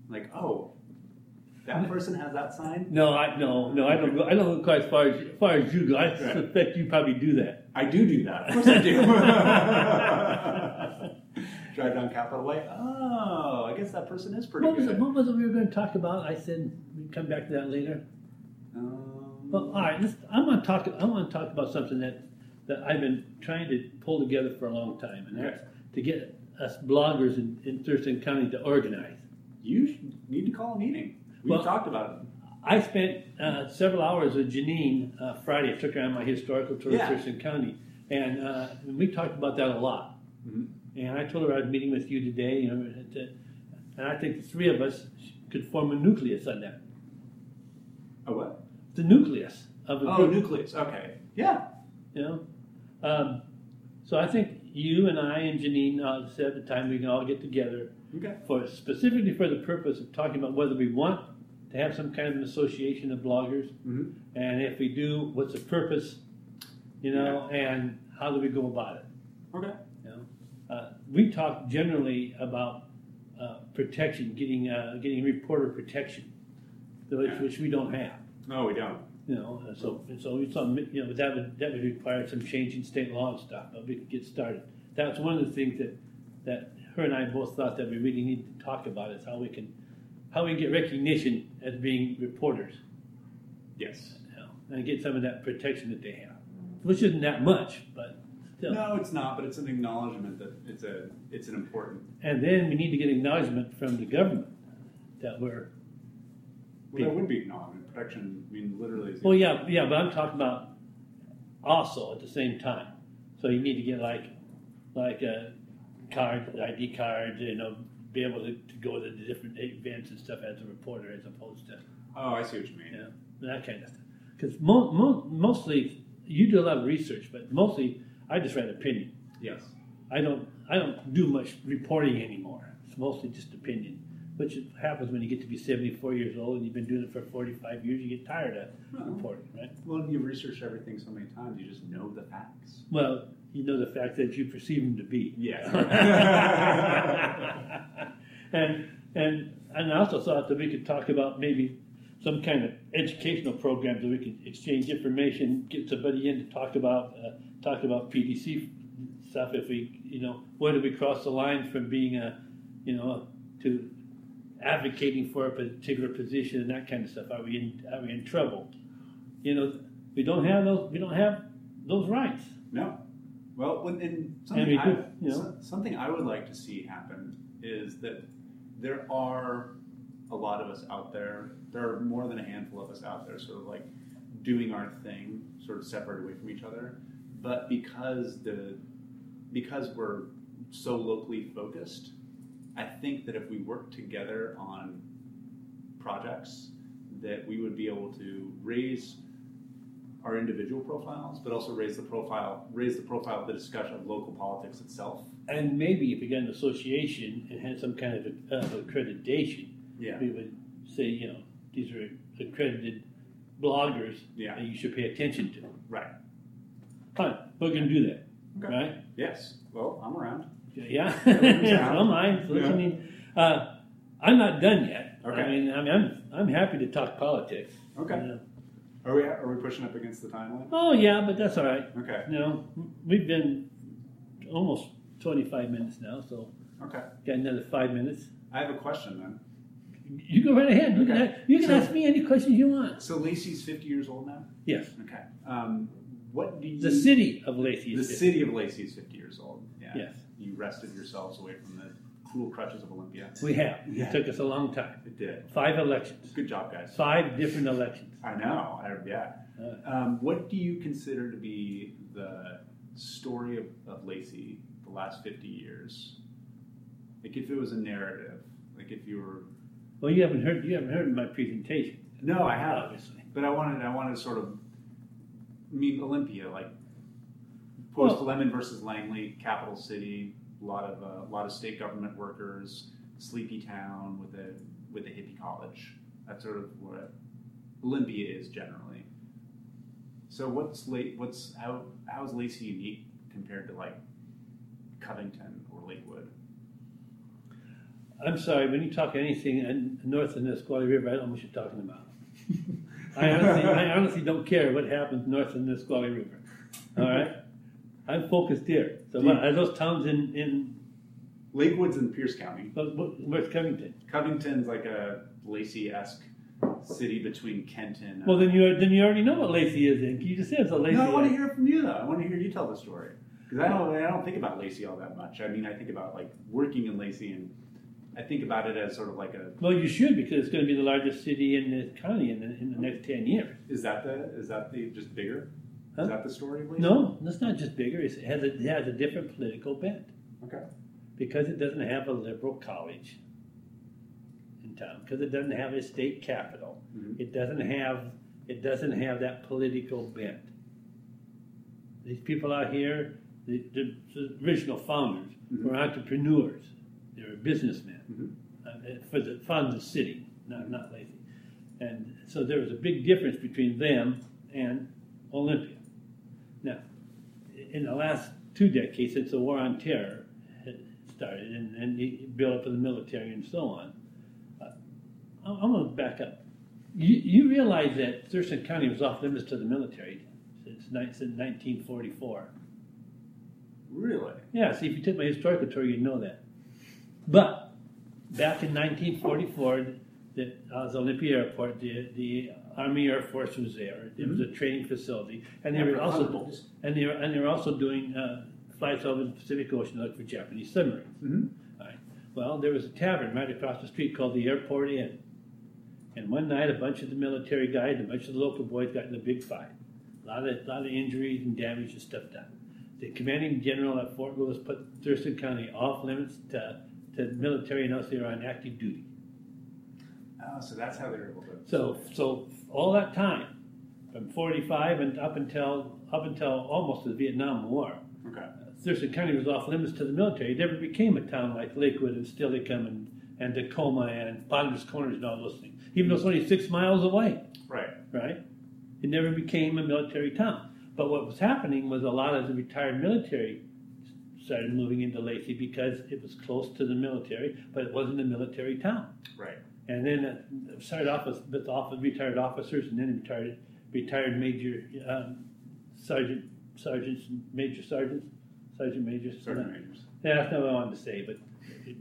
C: like oh, that person has that sign.
B: No, I no no. I don't go. I don't go as far as, as far as you go. I
C: Right.
B: suspect you probably do that.
C: I do do that. Of course I do. Drive down Capitol Way. Oh, I guess that person is pretty
B: What was,
C: good.
B: it, what was it we were going to talk about? I said we come back to that later.
C: Um,
B: Well, all right. Let's, I want to talk. I want to talk about something that that I've been trying to pull together for a long time, and that's to get us bloggers in, in Thurston County to organize.
C: you sh- need to call a meeting. We
B: Well-
C: talked about it.
B: I spent uh, several hours with Janine uh, Friday. I took her on my historical tour
C: Yeah.
B: of Thurston County, and uh, we talked about that a lot.
C: Mhm.
B: And I told her I was meeting with you today, you know, and, uh, and I think the three of us could form a nucleus on that.
C: Oh, what?
B: The nucleus of a
C: Oh,
B: group,
C: nucleus. Okay. Yeah.
B: you know. Um, so I think you and I and Janine uh, said the time we can all get together
C: Okay.
B: for specifically for the purpose of talking about whether we want to have some kind of an association of bloggers,
C: Mhm.
B: and if we do, what's the purpose, you know, and how do we go about it?
C: Okay.
B: You know? uh, we talk generally about uh, protection, getting uh, getting reporter protection, which, which we don't have.
C: No, we don't.
B: You know, and so and so it's on, you know that would that would require some change in state law and stuff, but we could get started. That's one of the things that that her and I both thought that we really need to talk about is how we can how we get recognition as being reporters
C: Yes.
B: you know, and get some of that protection that they have, which isn't that much, but still.
C: No, it's not. But it's an acknowledgement that it's a it's an important
B: And then we need to get acknowledgement from the government that we're
C: Well, that would be acknowledgement. Protection, I mean, literally. Is
B: Well, yeah, yeah, but I'm talking about also at the same time. So you need to get like, like a card, ID card, you know, be able to, to go to the different events and stuff as a reporter, as opposed to
C: oh, I see what you mean.
B: you know, that kind of stuff. Because mo- mo- mostly you do a lot of research, but mostly I just write opinion.
C: Yes.
B: I don't I don't do much reporting anymore. It's mostly just opinion, which is- happens when you get to be 74 years old and you've been doing it for 45 years. You get tired of
C: Oh.
B: reporting, right?
C: Well, you research everything so many times, you just know the facts.
B: Well, you know the fact that you perceive them to be.
C: Yes.
B: and and and I also thought that we could talk about maybe some kind of educational program that we could exchange information, get somebody in to talk about uh, talk about PDC stuff. If we, you know, where do we cross the line from being a, you know, to advocating for a particular position and that kind of stuff? Are we in are we in trouble? You know, we don't have those we don't have those rights.
C: No. Well, when, and something,
B: we
C: I,
B: could, you know.
C: so- something I would like to see happen is that there are a lot of us out there. There are more than a handful of us out there, sort of like doing our thing, sort of separate away from each other. But because the because we're so locally focused, I think that if we work together on projects, that we would be able to raise our individual profiles, but also raise the profile, raise the profile of the discussion of local politics itself.
B: And maybe if we got an association and had some kind of uh, accreditation,
C: Yeah.
B: we would say, you know, these are accredited bloggers
C: Yeah.
B: that you should pay attention to.
C: Right.
B: Fine, we're going to do that,
C: Okay.
B: right?
C: Yes. Well, I'm around.
B: Yeah,
C: Yeah.
B: so am I. So I mean, uh, I'm not done yet.
C: Okay.
B: I mean, I mean I'm, I'm happy to talk politics.
C: Okay.
B: you know.
C: Are we are we pushing up against the timeline?
B: Oh, yeah, but that's all right.
C: Okay.
B: You know, we've been almost 25 minutes now, so
C: Okay.
B: got another five minutes.
C: I have a question then.
B: You go right ahead. You can,
C: Okay.
B: ask, you can
C: So-
B: ask me any questions you want.
C: So Lacey's 50 years old now.
B: Yes.
C: Okay. Um, what do you?
B: The city of Lacey.
C: The
B: is
C: city of Lacey is 50 years old. Yeah.
B: Yes.
C: You wrested yourselves away from the cruel crutches of Olympia.
B: We have.
C: Yeah.
B: It took us a long time.
C: It did.
B: Five elections.
C: Good job, guys.
B: Five different elections.
C: I know. I, yeah. Um, what do you consider to be the story of, of Lacey the last 50 years? Like, if it was a narrative, like if you were.
B: Well, you haven't heard. You haven't heard my presentation.
C: No, I have.
B: Obviously.
C: But I wanted, I wanted to sort of I mean Olympia, like post Lemon versus Langley, capital city, a lot of uh, lot of state government workers, sleepy town with a with a hippie college. That's sort of what Olympia is generally. So what's late? What's how? How is Lacey unique compared to like Covington or Lakewood?
B: I'm sorry, when you talk anything in- north of Nisqually River, I don't know what you're talking about. I honestly, I honestly don't care what happens north of Nisqually River. All right? I'm focused here. So,
C: Do
B: what,
C: you-
B: are those towns in, in
C: Lakewood's in Pierce County.
B: what- what- where's Covington?
C: Covington's like a Lacey-esque city between Kenton.
B: Well, then you then you already know what Lacey is in. You just said it's a Lacey. uh,
C: no, I want to hear it from you though. I want to hear you tell the story because I don't. I don't think about Lacey all that much. I mean, I think about like working in Lacey, and I think about it as sort of like a.
B: well, you should because it's going to be the largest city in the county in the, in the next 10 years.
C: Is that the? Is that the just bigger?
B: Huh?
C: Is that the story? Of Lacey?
B: No, that's not just bigger. It's, it, has a, it has a different political bent.
C: Okay.
B: because it doesn't have a liberal college in town, because it doesn't have a state capital,
C: Mhm.
B: it doesn't have it doesn't have that political bent. These people out here, the, the, the original founders,
C: Mhm.
B: were entrepreneurs. They were businessmen
C: Mhm.
B: uh, for the fund the city, not not lazy. And so there was a big difference between them and Olympia. Now, in the last two decades since the war on terror had started and, and the buildup of the military and so on, uh, I'm, I'm going to back up. You, you realize that Thurston County was off limits to the military since, ni- since 1944.
C: Really?
B: Yeah, see, if you took my historical tour, you'd know that. But back in 1944, the, uh, the Olympia Airport, the, the Army Air Force was there. It was a training facility, and they
C: Yeah,
B: were
C: for
B: also
C: Thunderbolts.
B: and they were, and they were also doing uh, flights over the Pacific Ocean to look for Japanese submarines.
C: Mhm.
B: All right. Well, there was a tavern right across the street called the Airport Inn, and one night a bunch of the military guys and a bunch of the local boys got in a big fight. A lot of lot of injuries and damage and stuff done. The commanding general at Fort Lewis put Thurston County off limits to, to military unless they were on active duty.
C: Oh, so that's how they were able to.
B: So, so all that time, from forty-five and up until, up until almost the Vietnam War,
C: Okay.
B: Thurston County was off limits to the military. It never became a town like Lakewood and Steilacoom and, and Tacoma and Bottomless Corners and all those things, even though it's only six miles away
C: Right.
B: right? It never became a military town. But what was happening was a lot of the retired military started moving into Lacey because it was close to the military, but it wasn't a military town.
C: Right.
B: And then it started off with, with off retired officers, and then retired retired major um, sergeant sergeants, major sergeants, sergeant majors.
C: Sergeant majors.
B: Yeah, that's not what I wanted to say, but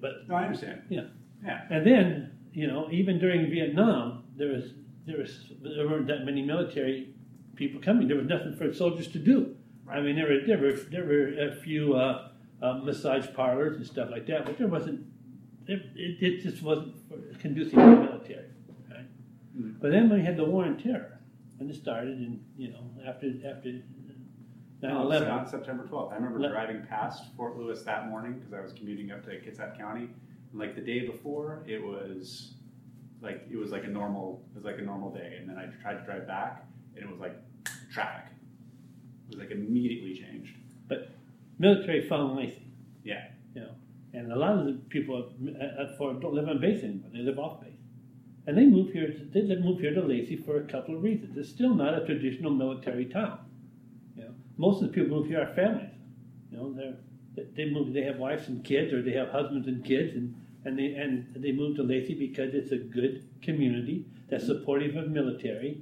B: but
C: No, I understand.
B: Yeah.
C: Yeah.
B: and then, you know, even during Vietnam, there was there was there weren't that many military people coming. There was nothing for soldiers to do. I mean, there were there were there were a few uh, uh, massage parlors and stuff like that, but there wasn't. It, it, it just wasn't conducive to the military. Right?
C: Mm.
B: But then we had the war on terror, and it started, and you know, after after nine
C: No,
B: eleven.
C: it's on September 12th. I remember
B: Le-
C: driving past Fort Lewis that morning because I was commuting up to Kitsap County. And like the day before, it was like it was like a normal it was like a normal day, and then I tried to drive back, and it was like traffic. It was like immediately changed.
B: military found Lacey.
C: Yeah.
B: You know, and a lot of the people at, at Fort don't live on base anymore. They live off base, and they move here. To, they live- move here to Lacey for a couple of reasons. It's still not a traditional military town. You know, most of the people who move here are families. You know, they're they- they move. They have wives and kids, or they have husbands and kids, and and they and they move to Lacey because it's a good community that's supportive of military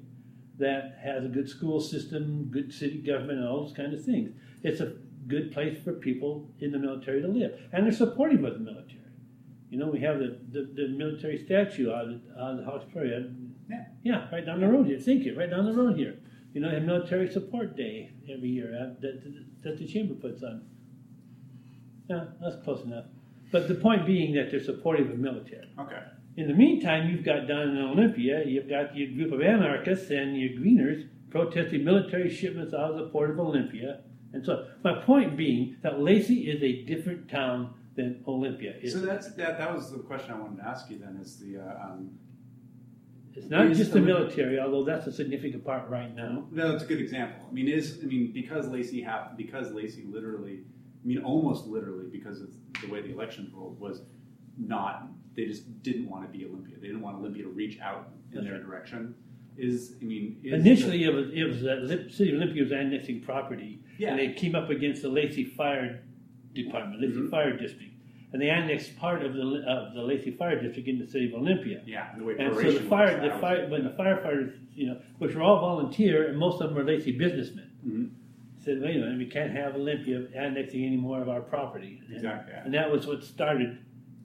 B: that has a good school system, good city government, and all those kind of things. It's a good place for people in the military to live, and they're supportive of the military. You know, we have the, the, the military statue out of, out of the House Prairie.
C: Yeah.
B: yeah, right down the road here. Thank you, right down the road here. You know, they have military support day every year uh, that, that, that the chamber puts on. Yeah, that's close enough. But the point being that they're supportive of military.
C: Okay.
B: In the meantime, you've got down in Olympia, you've got your group of anarchists and your greeners protesting military shipments out of the port of Olympia. And so, my point being that Lacey is a different town than Olympia. It's,
C: So that's that. That was the question I wanted to ask you. Then is the uh, um,
B: it's not
C: is
B: just the
C: Olymp-
B: military, although that's a significant part right now.
C: No, that's a good example. I mean, is I mean because Lacey hap- because Lacey literally, I mean almost literally because of the way the election rolled was not. They just didn't want to be Olympia. They didn't want Olympia to reach out in
B: That's
C: their
B: right.
C: direction. is I mean is
B: Initially, it was it was that Lip- City of Olympia was annexing property,
C: Yeah.
B: and they came up against the Lacey Fire Department, Lacey
C: Mhm.
B: Fire District, and they annexed part of the of the Lacey Fire District into the City of Olympia.
C: yeah the way
B: And so
C: proration
B: the fire,
C: works,
B: the
C: that
B: fire,
C: was-
B: when the firefighters, you know, which were all volunteer, and most of them were Lacey businessmen,
C: Mhm.
B: said, wait a minute, we can't have Olympia annexing any more of our property. And-
C: Exactly, yeah.
B: And that was what started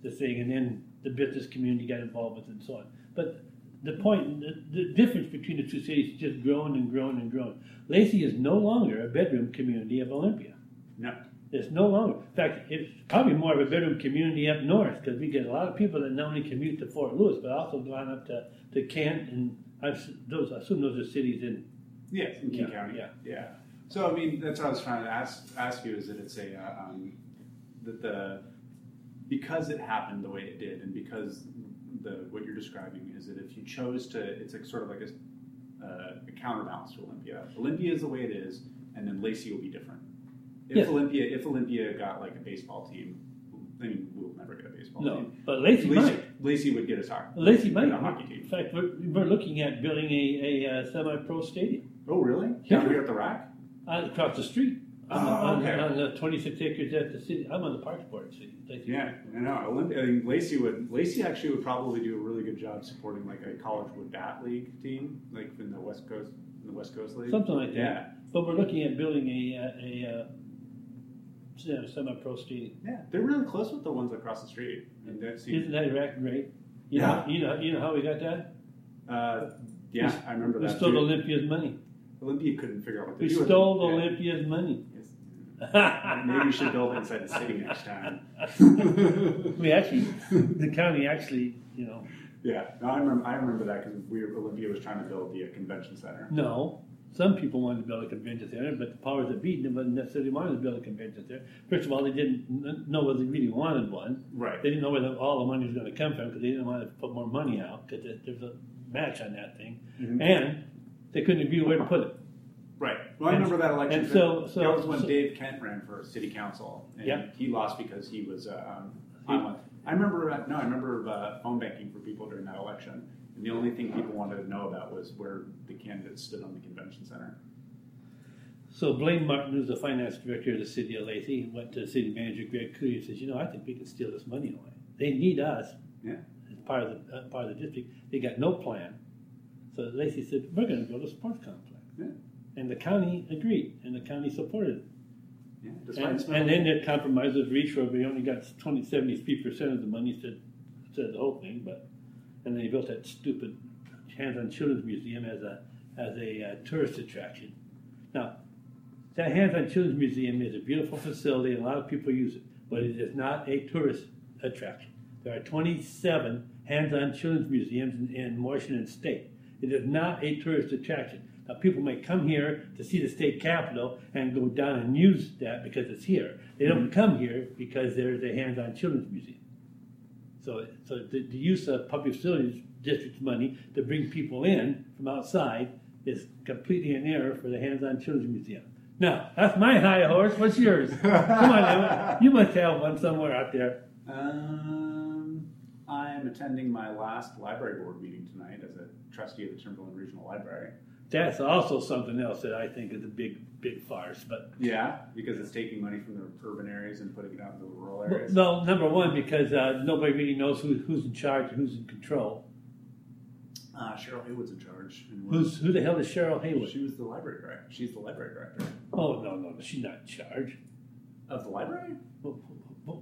B: the thing, and then the business community got involved with it and so on. But the point, the, the difference between the two cities has just grown and grown and grown. Lacey is no longer a bedroom community of Olympia.
C: no
B: It's no longer. In fact, it's probably more of a bedroom community up north because we get a lot of people that not only commute to Fort Lewis but also go on up to, to Kent and I s- those I assume those are cities in.
C: Yes, in King
B: Yeah,
C: County.
B: yeah.
C: yeah. So I mean, that's what I was trying to ask ask you is that it's a uh, um, that the because it happened the way it did, and because the what you're describing is that if you chose to, it's like sort of like a, uh, a counterbalance to Olympia. Olympia is the way it is, and then Lacey will be different. If
B: Yes.
C: Olympia, if Olympia got like a baseball team, I mean, we'll never get a baseball
B: No,
C: team.
B: but Lacey
C: Lacey,
B: might.
C: Lacey would get a soccer.
B: Lacey
C: and
B: might.
C: a hockey
B: In
C: team.
B: fact, we're, we're looking at building a, a, uh semi-pro stadium
C: Oh, really?
B: Yeah.
C: Down here at the rack.
B: on, across the street on, the,
C: Oh,
B: on,
C: okay.
B: on the 26 acres at the city. I'm on the Parks Board. See, Lacey.
C: Yeah, I know. Olymp- I think Lacey would. Lacey actually would probably do a really good job supporting like a college wood bat league team, like in the West Coast, in the West Coast league,
B: something like that.
C: Yeah,
B: But we're looking at building a uh, a, uh, you know, semi-pro stadium.
C: yeah. They're really close with the ones across the street. And that
B: Isn't
C: seems,
B: that rack great? You Know, you know, you know how we got that?
C: uh, yeah, I remember
B: We
C: that.
B: stole
C: too.
B: Olympia's money.
C: Olympia couldn't figure out what to
B: We
C: do. with
B: stole
C: it. Yeah.
B: Olympia's money.
C: Maybe we should build inside the city next time.
B: we actually, the county actually, you know,
C: yeah, no, I remember. I remember that because we were, Olympia was trying to build the uh, convention center.
B: no. Some people wanted to build a convention center, but the powers that be didn't necessarily wanted to build a convention center. First of all, they didn't kn- know whether they really wanted one.
C: Right.
B: They didn't know where the, all the money was going to come from because they didn't want to put more money out because there's a match on that thing,
C: Mhm.
B: and they couldn't agree where to put it.
C: Right. Well, I
B: And-
C: remember that election.
B: and so- so-
C: that was when
B: so-
C: Dave Kent ran for city council, and
B: Yeah.
C: he lost because he was. uh, Um,
B: He-
C: I went- I remember. uh, No, I remember uh, phone banking for people during that election, and the only thing people wanted to know about was where the candidates stood on the convention center.
B: So Blaine Martin, who's the finance director of the city of Lacey, he went to city manager Greg Cooey and says, "You know, I think we can steal this money away. They need us
C: Yeah.
B: as part of the uh, part of the district. They got no plan." So Lacey said, "We're going to build a sports complex,"
C: Yeah.
B: and the county agreed, and the county supported it.
C: Yeah.
B: And,
C: Despite
B: and then the compromise was reached where we only got 20, 73 percent of the money. Said said the whole thing, but and then they built that stupid Hands on Children's Museum as a as a uh, tourist attraction. Now, that Hands on Children's Museum is a beautiful facility, and a lot of people use it, but it is not a tourist attraction. There are 27 Hands on Children's Museums in, in Washington State. It is not a tourist attraction. Now, people may come here to see the state capitol and go down and use that because it's here. They don't come here because there's a Hands on Children's Museum. So, so the, the use of public facilities district's money to bring people in from outside is completely an error for the hands-on children's museum. Now, that's my high horse. What's yours? Come on, Emma. you must have one somewhere out there.
C: um, I'm attending my last library board meeting tonight as a trustee of the Timberland Regional Library.
B: That's also something else that I think is a big, big farce. But
C: Yeah, because it's taking money from the urban areas and putting it out into the rural areas.
B: no, number one because uh, nobody really knows who, who's in charge, and who's in control,
C: Uh, Cheryl Haywood's in charge. and we're-
B: who's who the hell is Cheryl Haywood?
C: She was the library director. She's the library director
B: Oh no, no, no, she's not in charge.
C: of the library.
B: What,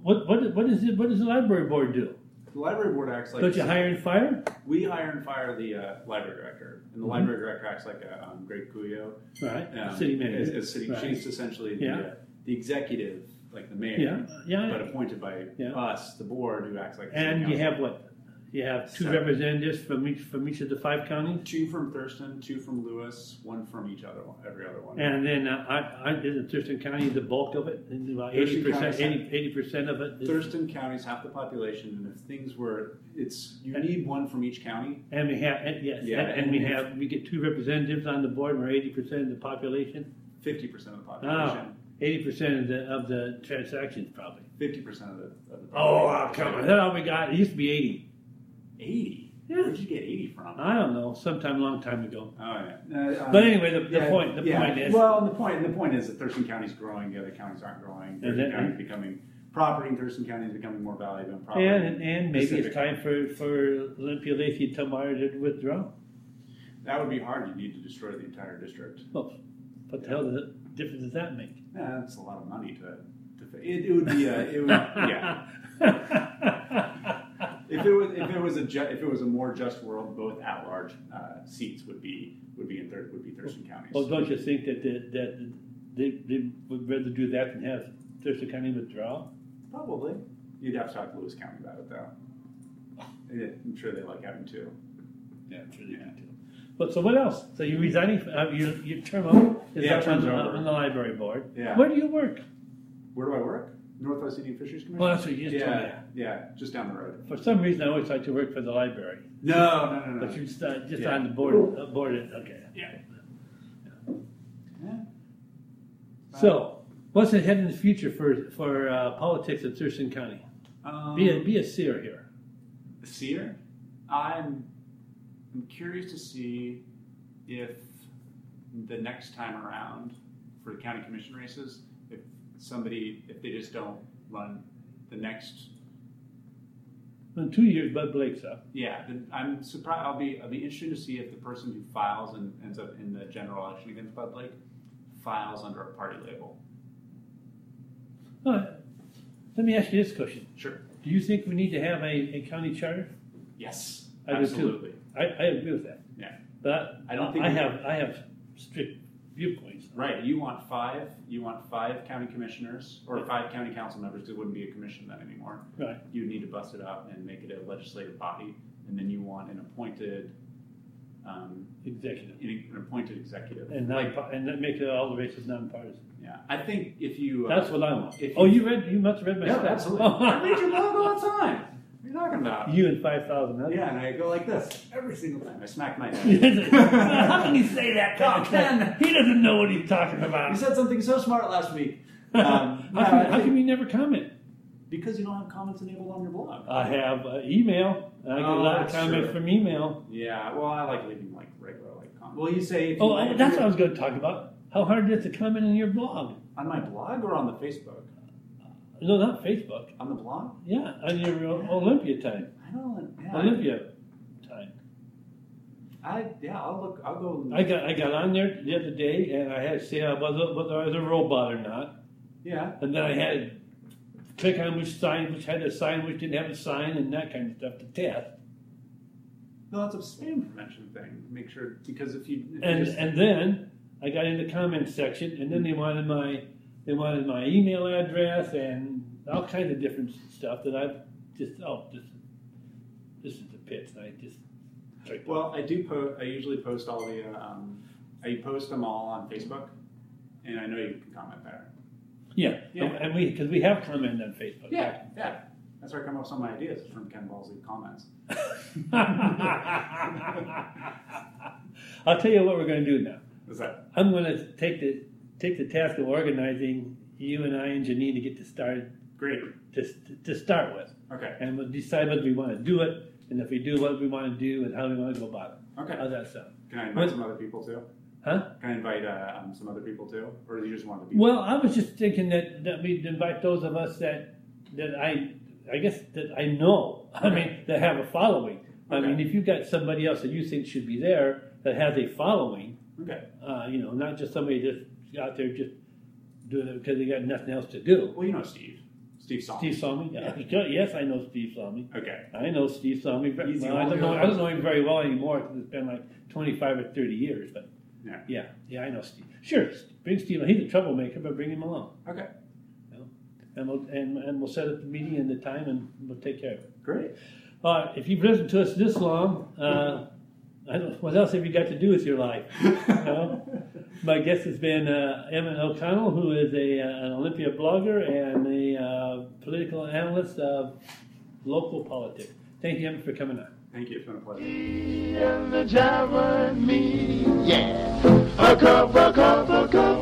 B: what, what, what is it? What does the library board do?
C: The library board acts like
B: Don't you hire and fire?
C: we hire and fire the uh, library director,
B: Mm-hmm.
C: and the library director acts like a um, Greg Cuyo,
B: Right,
C: um,
B: city
C: As,
B: manager.
C: as city,
B: Right.
C: she's essentially the,
B: Yeah.
C: uh, the executive, like the mayor,
B: Yeah,
C: but
B: yeah.
C: appointed by
B: Yeah.
C: us, the board, who acts like. the
B: And
C: city
B: you
C: council.
B: have what? You have two
C: Seven.
B: representatives from each, from each of the five counties?
C: two from Thurston, two from Lewis, one from each other, one, every other one.
B: And then, uh, I, I, isn't Thurston County the bulk of it? And About
C: Thurston
B: eighty percent,
C: County.
B: eighty, eighty percent of it? is-
C: Thurston county's half the population, and if things were, it's you need one from each county.
B: And we have, and yes,
C: Yeah,
B: and and
C: and
B: we
C: we-
B: have, we get two representatives on the board, we're eighty percent of the population?
C: Fifty percent of the population.
B: Ah, eighty percent of the, of the transactions probably.
C: Fifty percent of the. Of the
B: Oh, uh, come on, that's all we got, it used to be eighty.
C: Eighty.
B: Yeah.
C: Where'd you get eighty from?
B: I don't know, sometime long time ago.
C: Oh yeah. Uh, um,
B: But anyway, the, the
C: yeah,
B: point the
C: yeah.
B: point is
C: well, and the point the point is that Thurston County's growing, the other counties aren't growing.
B: Is
C: Thurston
B: it?
C: County's becoming property in Thurston County is becoming more valuable. And property.
B: and and maybe
C: Pacific.
B: it's time for for Olympia Lacey tomorrow to withdraw.
C: that would be hard. You need to destroy the entire district.
B: Well, what the hell does it, difference does that make?
C: Yeah, that's a lot of money to. to it, it would be a. It would, yeah. If it was if it was a ju- if it was a more just world, both at large uh, seats would be would be in third would be Thurston counties.
B: well, don't you think that the, that they, they would rather do that than have Thurston County withdraw?
C: Probably. You'd have to talk to Lewis County about it though. Yeah, I'm sure they like having two.
B: Yeah, I'm sure
C: they do,
B: But so what else? So you're resigning? Uh, your your term up is
C: Yeah,
B: up on,
C: term's
B: the-
C: over.
B: on the library board.
C: Yeah.
B: Where do you work?
C: Where do I work? Northwest Indian Fisheries Commission.
B: Well, that's what you just told me.
C: yeah, yeah, just down the road.
B: For some reason, I always like to work for the library,
C: No, no, no, no.
B: but you're just, uh, just
C: Yeah.
B: on the board. Uh, board it. Okay.
C: Yeah.
B: So, what's ahead in the future for for uh, politics of Thurston County?
C: Um,
B: Be a be a seer here.
C: Seer, I'm I'm curious to see if the next time around for the county commission races, if somebody if they just don't run the next
B: In two years, Bud Blake's up.
C: yeah, then I'm surprised. I'll be I'll be interested to see if the person who files and ends up in the general election against Bud Lake files under a party label.
B: Huh. Let me ask you this question:
C: Sure.
B: Do you think we need to have a, a county charter?
C: Yes.
B: I do too.
C: absolutely.
B: I, I agree with that.
C: Yeah.
B: But
C: I don't think
B: I
C: we-
B: have I have strict viewpoints.
C: Right. You want five. You want five county commissioners or five county council members. 'cause It wouldn't be a commission then anymore.
B: Right.
C: You need to bust it up and make it a legislative body, and then you want an appointed, um,
B: Executive.
C: an an appointed executive.
B: And non and that makes it all the races nonpartisan.
C: Yeah. I think if you.
B: That's what I want.
C: If
B: oh,
C: you-
B: you read you must have read my
C: Yeah,
B: stuff.
C: absolutely. I read your blog all the time. What are you talking about?
B: you and five thousand others.
C: Yeah, and I go like this every single time. I smack my head.
B: How can you say that?
C: Top ten.
B: He doesn't know what he's talking
C: you
B: about.
C: said something so smart last week.
B: how,
C: Um,
B: can,
C: no, I
B: how
C: think-
B: can we never comment?
C: because you don't have comments enabled on your blog.
B: I have uh, email. I get
C: Oh,
B: a lot of
C: that's
B: comments
C: true.
B: from email.
C: Yeah, well, I like leaving like regular like comments. Well, you say if you
B: Oh,
C: like-
B: oh, that's what I was going to talk about. How hard it is to comment on your blog?
C: on my blog or on the Facebook.
B: No, not Facebook.
C: On the blog,
B: Yeah, on your uh, Olympia time.
C: I don't. Yeah,
B: Olympia time.
C: I yeah, I'll look. I'll go.
B: I got I got on there the other day and I had to say I was a, whether I was a robot or not,
C: yeah,
B: and then I had to click on which sign, which had a sign, which didn't have a sign, and that kind of stuff to test.
C: no, that's a spam prevention thing. Make sure because if you, if you
B: and
C: just-
B: and then I got in the comments section, and then they wanted my they wanted my email address and all kinds of different stuff that I've just oh this this is the pits. I just tricked them.
C: well, I do. Po- I usually post all the. uh, Um, I post them all on Facebook, and I know you can comment there.
B: yeah,
C: yeah.
B: And, and we because we have commented on Facebook.
C: Yeah, yeah. That's where I come up with some of my ideas from Ken Balsley comments.
B: I'll tell you what we're going to do now.
C: Is that
B: I'm going to take the take the task of organizing you and I and Janine to get to start
C: great?
B: to, to start with.
C: Okay,
B: and we'll decide whether we want to do it, and if we do, what we want to do, and how we want to go about it.
C: okay.
B: How's that sound?
C: Can I invite
B: What-
C: some other people too?
B: Huh?
C: Can I invite uh, um, some other people too, or do you just want to be?
B: Well, I was just thinking that, that we'd invite those of us that that I I guess that I know. I mean, that have a following. I
C: Okay.
B: mean, if you've got somebody else that you think should be there that has a following,
C: okay.
B: uh, you know, not just somebody just out there just doing it because they got nothing else to do.
C: Well, you know Steve. Steve Song.
B: Steve Salmi? Yeah. Yes, I know Steve Salmi.
C: Okay.
B: I know Steve Salmi. very-
C: Easy
B: Well, I
C: one,
B: don't
C: go.
B: know. I don't know him very well anymore because it's been like twenty-five or thirty years. But
C: Yeah.
B: yeah, yeah, I know Steve. Sure, bring Steve. He's a troublemaker, but bring him along,
C: Okay.
B: and we'll and, and we'll set up the meeting and the time, and we'll take care of it.
C: Great.
B: All right. If you've listened to us this long, uh, I don't. What else have you got to do with your life? No. My guest has been uh, Emmett O'Connell, who is a, uh, an Olympia blogger and a uh, political analyst of local politics. Thank you, Emmett, for coming on.
C: Thank you. It's been a pleasure.
D: and the job with me. Yeah. A cup, a cup, a cup.